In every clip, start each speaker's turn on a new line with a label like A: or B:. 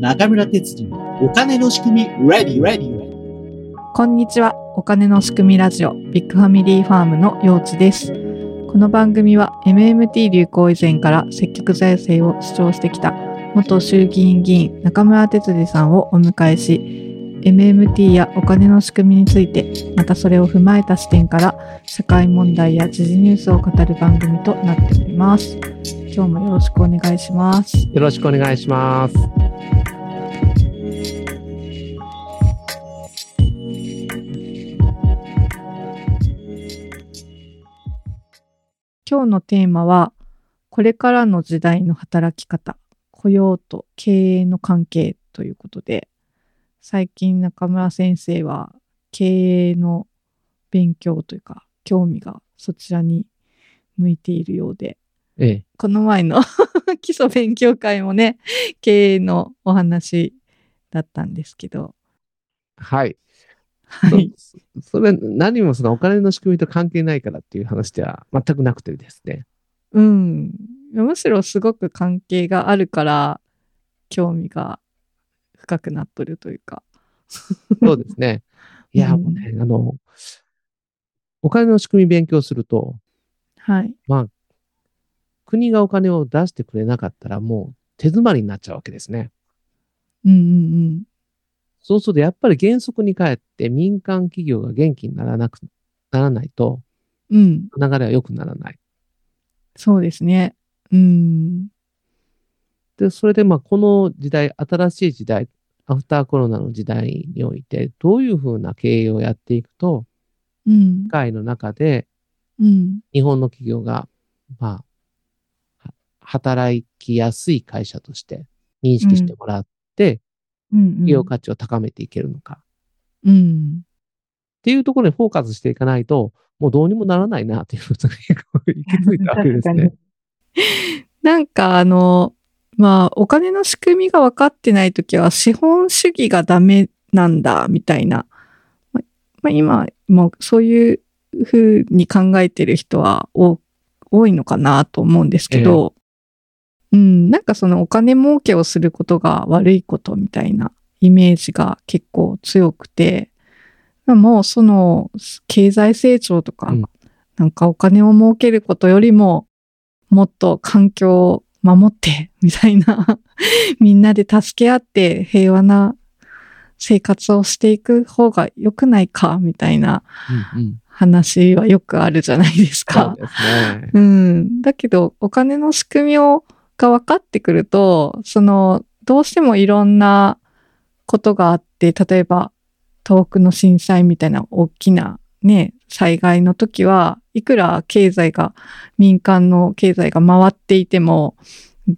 A: 中村哲次のお金の仕組み、ready, ready, ready。
B: こんにちは。お金の仕組みラジオ、ビッグファミリーファームのようちです。この番組は MMT 流行以前から積極財政を主張してきた元衆議院議員中村哲司さんをお迎えし、MMT やお金の仕組みについて、またそれを踏まえた視点から社会問題や時事ニュースを語る番組となっております。今日もよろしくお願いします。
C: よろしくお願いします。
B: 今日のテーマは、これからの時代の働き方、雇用と経営の関係ということで、最近中村先生は経営の勉強というか、興味がそちらに向いているようで、
C: ええ、
B: この前の 基礎勉強会もね、経営のお話だったんですけど、
C: はい。
B: はい。
C: そそれ、何もそのお金の仕組みと関係ないからっていう話では全くなくてです ね。
B: うん。むしろすごく関係があるから、興味が深くなっとるというか。
C: そうですね。いや、
B: うん
C: もうね、あの、お金の仕組み勉強すると、
B: はい。
C: 国がお金を出してくれなかったらもう手詰まりになっちゃうわけですね。
B: うんうん
C: そうすると、やっぱり原則に帰って民間企業が元気にならなく、ならないと、
B: うん。うん。
C: 流れは良くならない。
B: そうですね。うん。
C: で、それでまあこの時代、新しい時代、アフターコロナの時代において、どういうふうな経営をやっていくと、
B: うん
C: 世。界の中で
B: うん。
C: 日本の企業が、まあ、は働きやすい会社として認識してもらって、
B: うん。
C: 企業価値を高めていけるのか、
B: う
C: っ
B: ん。
C: ていうところにフォーカスしていかないと、もうどうにもならないな、ということに行き着いたわけですね。
B: なんかあの、まあ、お金の仕組みが分かってないときは、資本主義がダメなんだ、みたいな。ままあ、今もそういうふうに考えてる人は多多いのかなと思うんですけど、うん、なんかそのお金儲けをすることが悪いことみたいなイメージが結構強くて、まあもうその経済成長とか、
C: うん
B: なんかお金を儲けることよりも、もっと環境を守って、みたいな、 みんなで助け合って平和な生活をしていく方が良くないか、みたいな
C: うんうん
B: 話はよくあるじゃないです
C: そ
B: か
C: う。ですね。
B: うん。だけど、お金の仕組みを、が分かってくると、その、どうしてもいろんなことがあって、例えば、東北の震災みたいな大きなね、災害の時は、いくら経済が、民間の経済が回っていても、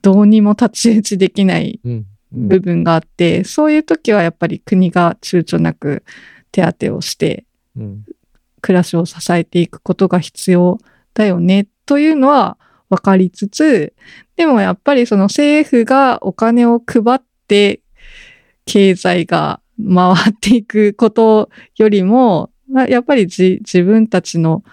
B: どうにも太刀打ちできない
C: うんうん
B: 部分があって、そういう時はやっぱり国が躊躇なく手当てをして、
C: うん
B: 暮らしを支えていくことが必要だよねというのは分かりつつ、でもやっぱりその政府がお金を配って経済が回っていくことよりも、まあやっぱりじ自分たちの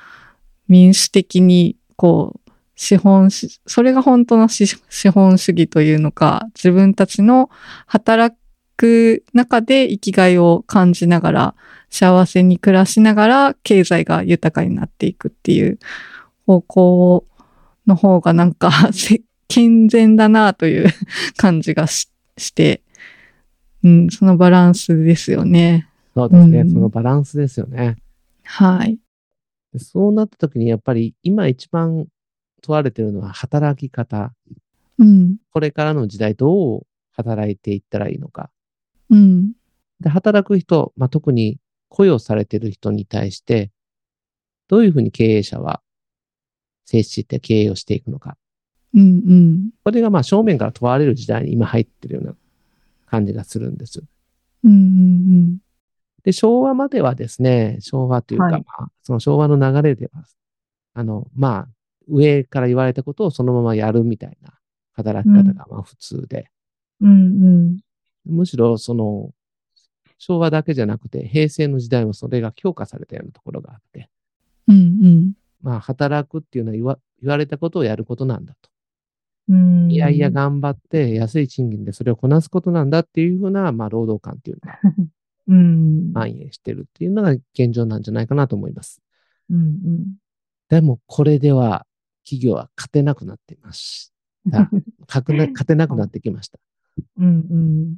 B: 民主的にこう資本し、それが本当の資資本主義というのか、自分たちの働く中で生きがいを感じながら幸せに暮らしながら経済が豊かになっていくっていう方向の方がなんかせ健全だなという感じがしして、うん、そのバランスですよね。
C: そうですね。
B: うん
C: そのバランスですよね。
B: はい。
C: でそうなった時にやっぱり今一番問われてるのは働き方。
B: うん、
C: これからの時代どう働いていったらいいのか。
B: うん、
C: で、働く人、まあ、特に雇用されてる人に対して、どういうふうに経営者は接して経営をしていくのか。
B: うん、うん、
C: これがまあ正面から問われる時代に今入ってるような感じがするんです。
B: うん、うん、
C: で、昭和まではですね、昭和というか、
B: はい
C: まあ、その昭和の流れでは、あの、まあ、上から言われたことをそのままやるみたいな働き方がまあ普通で、
B: うん、うん、
C: むしろその、昭和だけじゃなくて、平成の時代もそれが強化されたようなところがあって、
B: うん、うん、
C: まあ、働くっていうのは言わ言われたことをやることなんだと。
B: うん。
C: いやいや頑張って安い賃金でそれをこなすことなんだっていうふうな、まあ、労働感っていうのが
B: うん。
C: 蔓延してるっていうのが現状なんじゃないかなと思います。
B: うんうん。
C: でも、これでは企業は勝てなくなってい ました。勝てな勝てなくなってきました。
B: うんうん。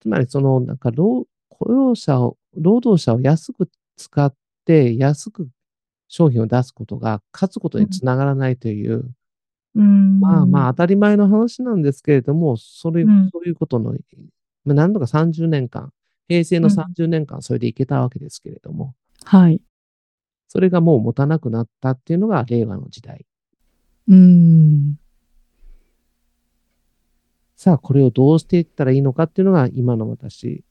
C: つまり、その、なんか、労雇用者を、労働者を安く使って、安く商品を出すことが、勝つことにつながらないという、
B: うん。
C: まあまあ、当たり前の話なんですけれども、それ、
B: うん
C: そういうことの、まあ何度か30年間、平成の
B: うん
C: 30年間、それでいけたわけですけれども、
B: はい。
C: それがもう持たなくなったっていうのが、令和の時代。
B: うん。
C: さあ、これをどうしていったらいいのかっていうのが、今の私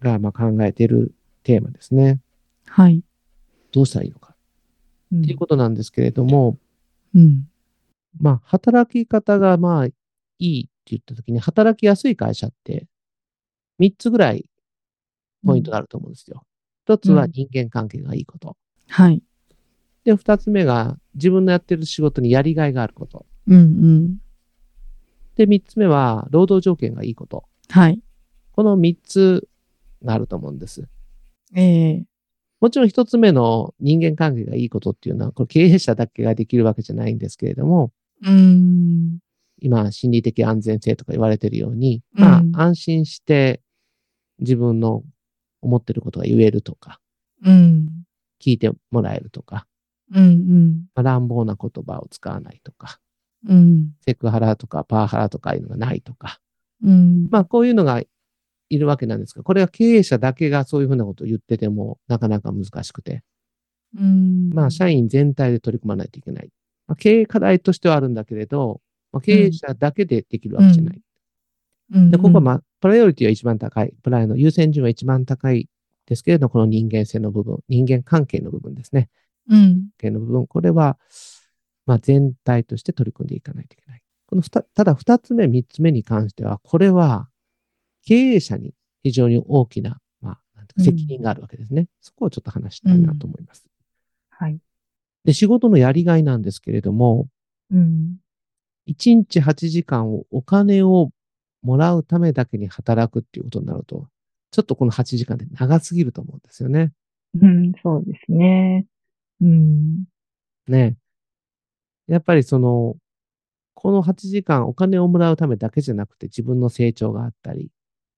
C: がまあ考えているテーマですね。
B: はい。
C: どうしたらいいのか
B: っ
C: っていうことなんですけれども、
B: うん。
C: まあ、働き方がまあ、いいって言ったときに、働きやすい会社って、3つぐらいポイントがあると思うんですよ。1つは
B: うん
C: 人間関係がいいこと。
B: はい。
C: で、2つ目が自分のやってる仕事にやりがいがあること。
B: うんうん。
C: で、3つ目は労働条件がいいこと。
B: はい。
C: この3つがあると思うんです。
B: ええ
C: もちろん一つ目の人間関係がいいことっていうのは、これ経営者だけができるわけじゃないんですけれども、
B: うん。
C: 今、心理的安全性とか言われてるように、
B: うん
C: まあ、安心して自分の思ってることが言えるとか、
B: うん。
C: 聞いてもらえるとか、
B: うんうん。
C: まあ乱暴な言葉を使わないとか、
B: うん。
C: セクハラとかパワハラとかいうのがないとか、
B: うん。
C: まあ、こういうのがいるわけなんですが、これは経営者だけがそういうふうなことを言ってても、なかなか難しくて、
B: うん。
C: まあ、社員全体で取り組まないといけない。まあ、経営課題としてはあるんだけれど、まあ、経営者だけでできるわけじゃない。
B: 員
C: で、ここは、まあ、プライオリティは一番高い。プライの優先順位は一番高いですけれど、この人間性の部分、人間関係の部分ですね。
B: うん。
C: 関係の部分、これは、まあ、全体として取り組んでいかないといけない。このふた、ただ二つ目、三つ目に関しては、これは、経営者に非常に大きな、まあ、なんていうか責任があるわけですね。そこをちょっと話したいなと思います。
B: はい。
C: で、仕事のやりがいなんですけれども、
B: うん。
C: 1日8時間をお金をもらうためだけに働くっていうことになると、ちょっとこの8時間で長すぎると思うんですよね。
B: うん。そうですね。うん。
C: ね。やっぱりその、この8時間お金をもらうためだけじゃなくて自分の成長があったり、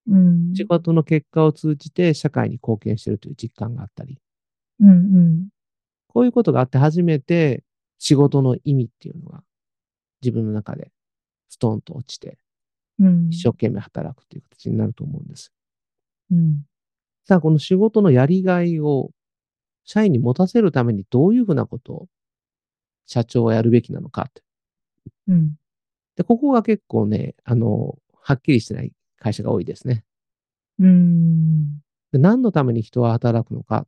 B: うん。
C: 仕事の結果を通じて社会に貢献してるという実感があったり、
B: うんうん。
C: こういうことがあって初めて仕事の意味っていうのが自分の中でストンと落ちて
B: うん。
C: 一生懸命働くという形になると思うんです。
B: うん。
C: さあ、この仕事のやりがいを社員に持たせるためにどういうふうなことを社長はやるべきなのかって。
B: うん。
C: で、ここが結構ね、あの、はっきりしてない会社が多いですね。
B: うん。
C: で何のために人は働くのかって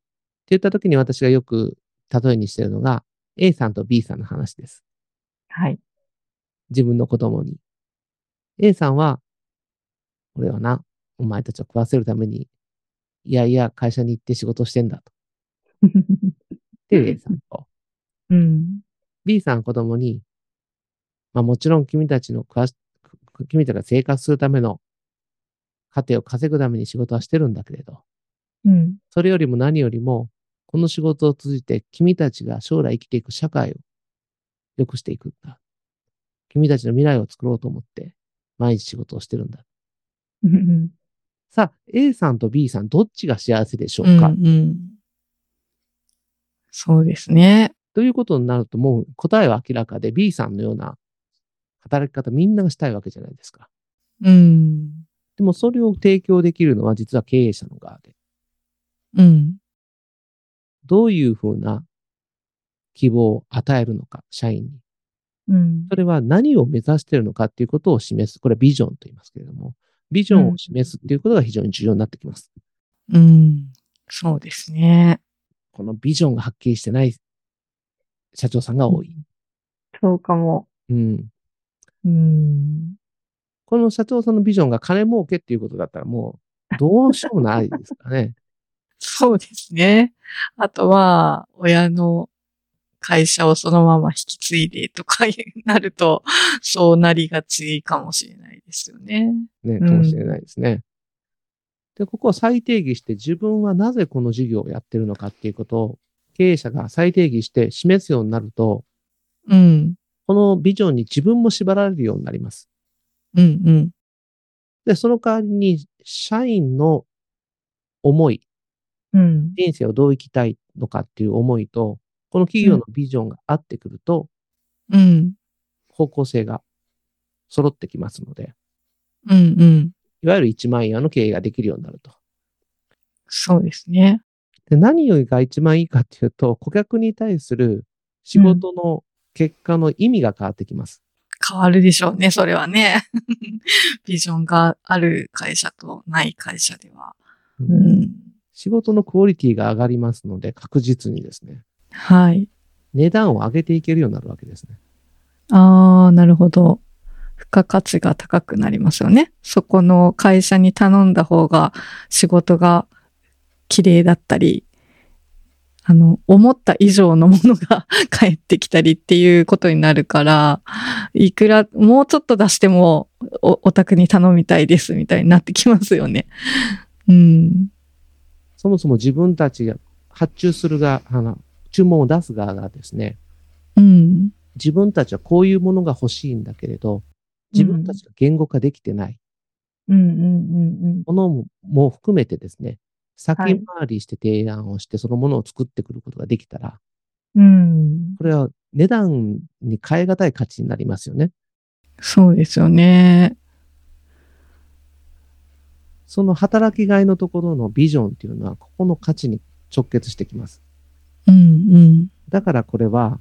C: 言った時に私がよく例えにしてるのが A さんと B さんの話です。
B: はい。
C: 自分の子供に。A さんは、俺はな、お前たちを食わせるために、いやいや会社に行って仕事してんだと。っていう A さんと。
B: うん。
C: B さんは子供に、まあもちろん君たちの食わし、君たちが生活するための家庭を稼ぐために仕事はしてるんだけれど、
B: うん。
C: それよりも何よりも、この仕事を通じて君たちが将来生きていく社会を良くしていくんだ。君たちの未来を作ろうと思って、毎日仕事をしてるんだ。
B: うん。
C: さあ、A さんと B さん、どっちが幸せでしょ
B: う
C: うんか、
B: うん。そうですね。
C: ということになると、もう答えは明らかで、B さんのような働き方みんながしたいわけじゃないですか。
B: うん。
C: でもそれを提供できるのは実は経営者の側で、
B: うん。
C: どういうふうな希望を与えるのか、社員に。
B: うん
C: そ。れは何を目指しているのかっていうことを示す。これはビジョンと言いますけれども、ビジョンを示すっていうことが非常に重要になってきます。
B: うん。そうですね。
C: このビジョンがはっきりしてない社長さんが多い。
B: そうかも。
C: うん。
B: うん。
C: この社長さんのビジョンが金儲けっていうことだったらもう、どうしようもないですからね。
B: そうですね。あとは、親の会社をそのまま引き継いでとかになると、そうなりがちかもしれないですよね。
C: ね、
B: うん
C: かもしれないですね。で、ここを再定義して自分はなぜこの事業をやってるのかっていうことを経営者が再定義して示すようになると、
B: うん。
C: このビジョンに自分も縛られるようになります。
B: うんうん。
C: で、その代わりに社員の思い、
B: うん。
C: 人生をどう生きたいのかっていう思いと、この企業のビジョンが合ってくると、
B: うん。
C: 方向性が揃ってきますので、
B: うんうん。
C: いわゆる一万円の経営ができるようになると。
B: そうですね。
C: で何よりが一番いいかっていうと、顧客に対する仕事の結果の意味が変わってきます。
B: 変わるでしょうね、それはね。 ビジョンがある会社とない会社では。
C: う
B: うんん。
C: 仕事のクオリティが上がりますので、確実にですね、
B: はい。
C: 値段を上げていけるようになるわけですね。
B: ああ、なるほど。付加価値が高くなりますよね。そこの会社に頼んだ方が仕事が綺麗だったり、あの、思った以上のものが 返ってきたりっていうことになるから、いくら、もうちょっと出してもお、お宅に頼みたいですみたいになってきますよね。うん。
C: そもそも自分たちが発注する側、あの注文を出す側がですね、
B: うん。
C: 自分たちはこういうものが欲しいんだけれど、自分たちが言語化できてない
B: うんうん
C: ものもも含めてですね、先
B: はい
C: 回りして提案をして、そのものを作ってくることができたら、
B: うんうん。うん。
C: これは値段に変え難い価値になりますよね。
B: そうですよね。
C: その働きがいのところのビジョンっていうのは、ここの価値に直結してきます。
B: うん
C: だからこれは、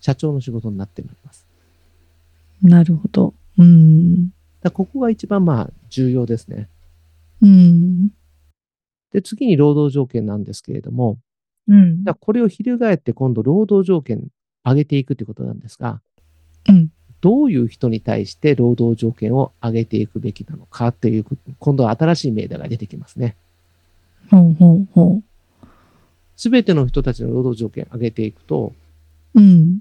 C: 社長の仕事になってまいります。
B: うん。なるほど。うん。
C: だからここが一番まあ重要ですね。
B: うん。
C: で、次に労働条件なんですけれども、
B: うん
C: じゃあこれを翻って今度労働条件上げていくということなんですが、
B: うん
C: どういう人に対して労働条件を上げていくべきなのかっていう、今度は新しい命題が出てきますね。
B: ほうほうほ
C: すべての人たちの労働条件上げていくと、
B: う。うん。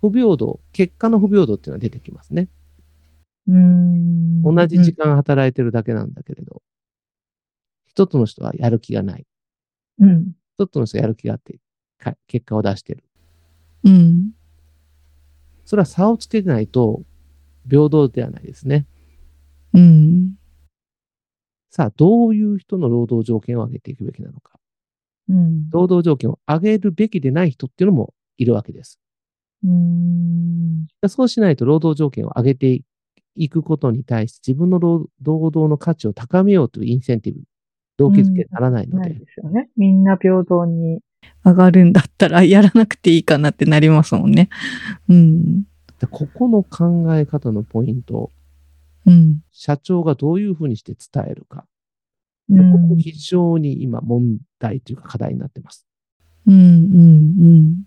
C: 不平等、結果の不平等っていうのは出てきますね。
B: うん
C: 同じ時間働いてるだけなんだけれど、一つの人はやる気がない。
B: うん。
C: 一つの人はやる気があって、か結果を出してる。
B: うん。
C: それは差をつけないと平等ではないですね。
B: うん。
C: さあ、どういう人の労働条件を上げていくべきなのか。
B: うん。
C: 労働条件を上げるべきでない人っていうのもいるわけです。
B: うん。
C: そうしないと労働条件を上げていくことに対して自分の労労働の価値を高めようというインセンティブ、動機づけにならないので、
B: すよね。みんな平等に。上がるんだったらやらなくていいかなってなりますもんね。うん。
C: でここの考え方のポイント、
B: うん。
C: 社長がどういうふうにして伝えるか、
B: う
C: こ
B: ん
C: こ非常に今問題というか課題になってます。
B: うんうん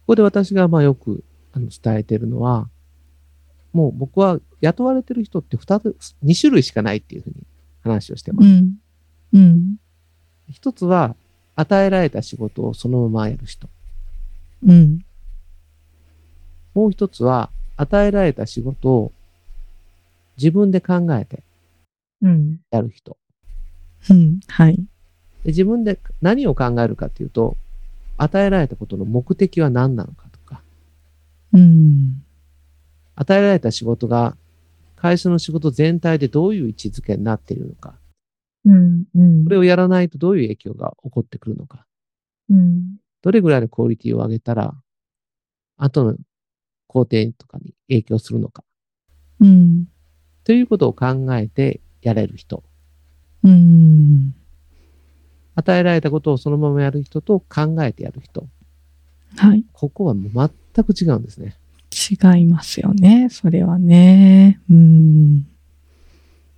C: ここで私がまあよくあの伝えてるのは、もう僕は雇われてる人って2つ、2種類しかないっていうふうに話をして
B: う
C: ます。
B: ん。うん。
C: 一つは、与えられた仕事をそのままやる人。
B: うん。
C: もう一つは、与えられた仕事を自分で考えて
B: うん。
C: やる人。
B: うん。はい。
C: で自分で何を考えるかっていうと、与えられたことの目的は何なのかとか、
B: うん。
C: 与えられた仕事が会社の仕事全体でどういう位置づけになっているのか、
B: うん。うん
C: これをやらないとどういう影響が起こってくるのか、
B: うん。
C: どれぐらいのクオリティを上げたら、後の工程とかに影響するのか、
B: うん。
C: ということを考えてやれる人、
B: うん。
C: 与えられたことをそのままやる人と考えてやる人、
B: はい。
C: ここはもう全く違うんですね。
B: 違いますよね。それはね。うん。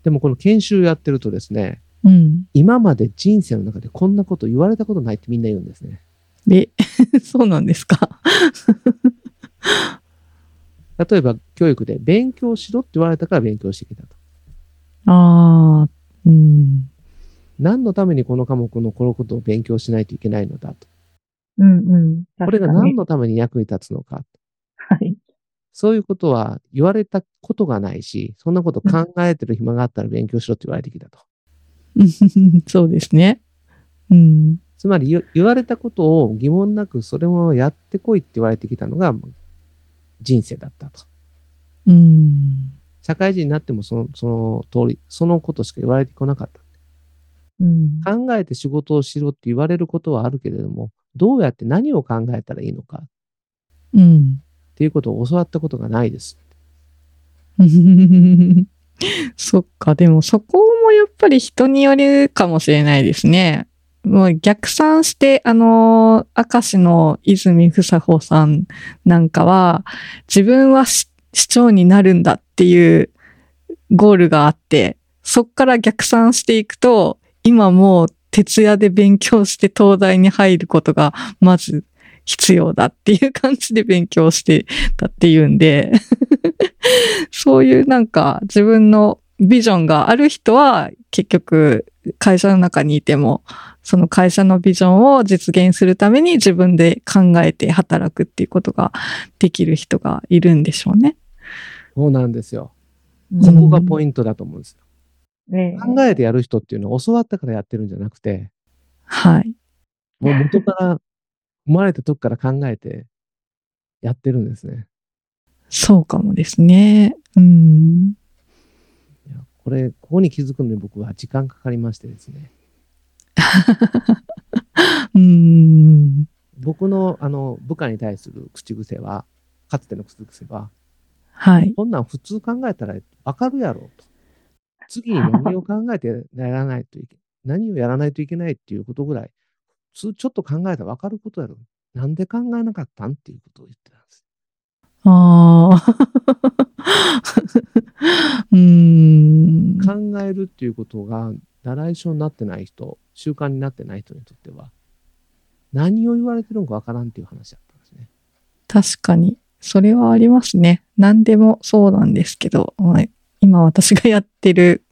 C: でもこの研修やってるとですね、
B: うん。
C: 今まで人生の中でこんなこと言われたことないってみんな言うんですね。
B: で、 そうなんですか。
C: 例えば教育で勉強しろって言われたから勉強してきたと。
B: ああ、うん。
C: 何のためにこの科目のこのことを勉強しないといけないのだと。
D: うんうん。
C: これが
D: 確か
C: 何
D: に
C: のために役に立つのか。
D: はい。
C: そういうことは言われたことがないし、そんなこと考えてる暇があったら勉強しろって言われてきたと。
B: そうですね。うん。
C: つまり言言われたことを疑問なくそれもやってこいって言われてきたのが人生だったと。
B: うん。
C: 社会人になってもそのその通り、そのことしか言われてこなかった。
D: うん。
C: 考えて仕事をしろって言われることはあるけれども、どうやって何を考えたらいいのか
B: うん。
C: っていうことを教わったことがないです。
B: そっか、でもそこもやっぱり人によるかもしれないですね。もう逆算して、あのー、明石の泉房穂さんなんかは、自分はし市長になるんだっていうゴールがあって、そっから逆算していくと、今もう徹夜で勉強して東大に入ることがまず必要だっていう感じで勉強してたっていうんで、そういうなんか自分のビジョンがある人は結局会社の中にいてもその会社のビジョンを実現するために自分で考えて働くっていうことができる人がいるんでしょうね。
C: そうなんですよ。
D: うん
C: ここがポイントだと思うんですよ。
D: ね
C: 考えてやる人っていうのは教わったからやってるんじゃなくて、
B: はい。
C: もう元から、生まれた時から考えてやってるんですね。
B: そうかもですね。うん。
C: いやこれ、ここに気づくのに僕は時間かかりましてですね。
B: うん。
C: 僕の、あの、部下に対する口癖は、かつての口癖は、
B: はい。
C: こんなん普通考えたらわかるやろと。次に何を考えてやらないといけ、何をやらないといけないっていうことぐらい、普通ちょっと考えたらわかることやろ。なんで考えなかったんっていうことを言ってたんです。
B: ああ。 うん。
C: 考えるっていうことが習い性になってない人、習慣になってない人にとっては、何を言われてるのかわからんっていう話だったんですね。
B: 確かに。それはありますね。何でもそうなんですけど、まあ今私がやってる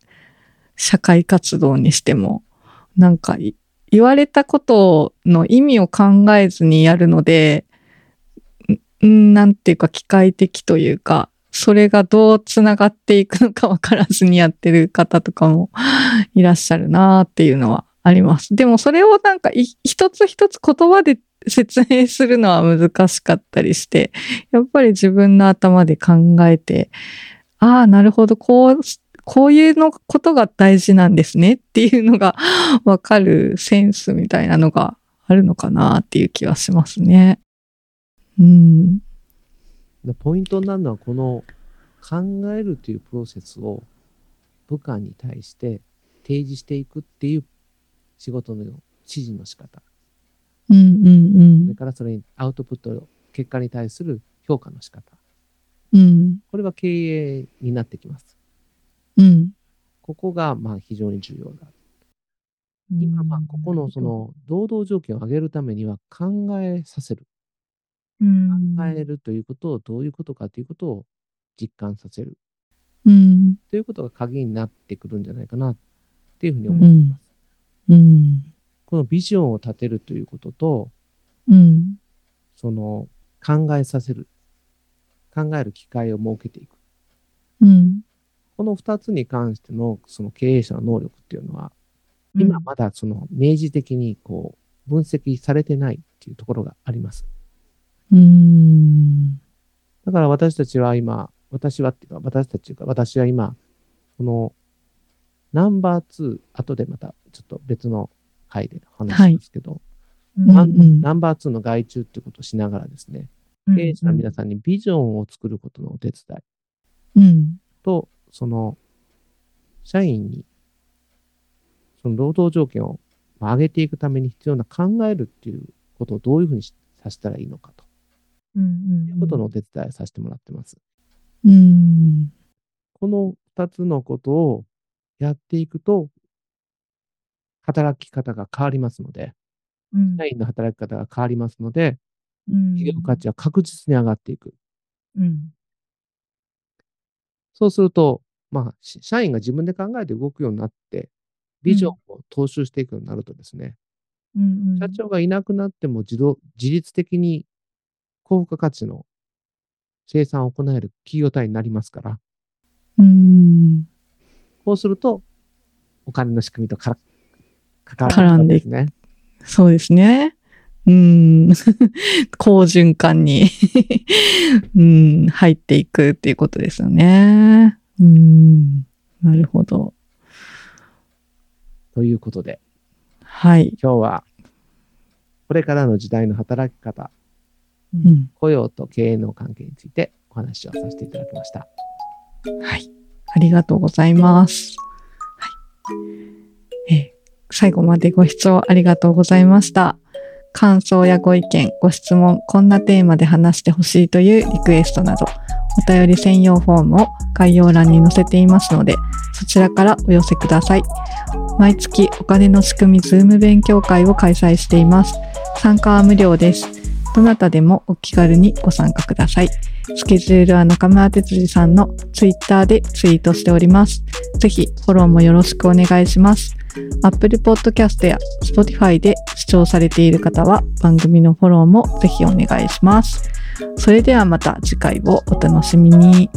B: 社会活動にしても、なんかい言われたことの意味を考えずにやるので、んんなんていうか機械的というか、それがどうつながっていくのかわからずにやってる方とかも いらっしゃるなーっていうのはあります。でもそれをなんかい一つ一つ言葉で説明するのは難しかったりして、やっぱり自分の頭で考えて、ああ、なるほど、こう、こういうのことが大事なんですねっていうのが わかるセンスみたいなのがあるのかなっていう気はしますね。うん。
C: でポイントになるのは、この考えるというプロセスを部下に対して提示していくっていう仕事の指示の仕方、
B: うんうん
C: それからそれにアウトプット、結果に対する評価の仕方、
B: うん。うん。
C: これは経営になってきます。
B: うん。
C: ここがまあ非常に重要だ。今、まあ、ここのそ、の、労働条件を上げるためには考えさせる。
D: うん
C: 考えるということをどういうことかということを実感させる。
B: うん。
C: ということが鍵になってくるんじゃないかなっていうふうに
B: う
C: 思います。
B: ん。うん。
C: このビジョンを立てるということと、
B: うん。
C: その、考えさせる。考える機会を設けていく。
B: うん。
C: この二つに関しての、その経営者の能力っていうのは、
D: うん
C: 今まだその明示的にこう、分析されてないっていうところがあります。
B: うん。
C: だから私たちは今、私はっていうか、私たちというか、私は今、この、ナンバー2、後でまたちょっと別の回で話しますけど、
D: うん
C: ナ
B: う
C: ン
B: ん
C: ナンバー2の外注っていうことをしながらですね、
D: うん
C: 経営者の皆さんにビジョンを作ることのお手伝い
B: うん。
C: と、その、社員に、その労働条件をまあ上げていくために必要な考えるっていうことをどういうふうにしさせたらいいのかと
D: うんうん
C: いううんことのお手伝いをさせてもらってます。
B: うん。
C: この二つのことをやっていくと、働き方が変わりますので、
D: うん
C: 社員の働き方が変わりますので、
D: うん
C: 企業価値は確実に上がっていく。
D: うん
C: そうすると、まあ、し社員が自分で考えて動くようになって、ビジョンを踏襲していくようになるとですね、
D: うんうん
C: 社長がいなくなっても自動、自律的に高付加価値の生産を行える企業体になりますから、
B: うん。
C: こうすると、お金の仕組みとから関
B: 絡んでい
C: くね。
B: そうですね。うん。好循環に、うん、入っていくっていうことですよね。うん。なるほど。
C: ということで、
B: はい。
C: 今日は、これからの時代の働き方、
B: うん。
C: 雇用と経営の関係についてお話をさせていただきました。
B: はい。ありがとうございます。はい。えー最後までご視聴ありがとうございました。感想やご意見、ご質問、こんなテーマで話してほしいというリクエストなど、お便り専用フォームを概要欄に載せていますので、そちらからお寄せください。毎月お金の仕組みズーム勉強会を開催しています。参加は無料です。どなたでもお気軽にご参加ください。スケジュールは中村哲司さんのツイッターでツイートしております。ぜひフォローもよろしくお願いします。Apple Podcast や Spotify で視聴されている方は番組のフォローもぜひお願いします。それではまた次回をお楽しみに。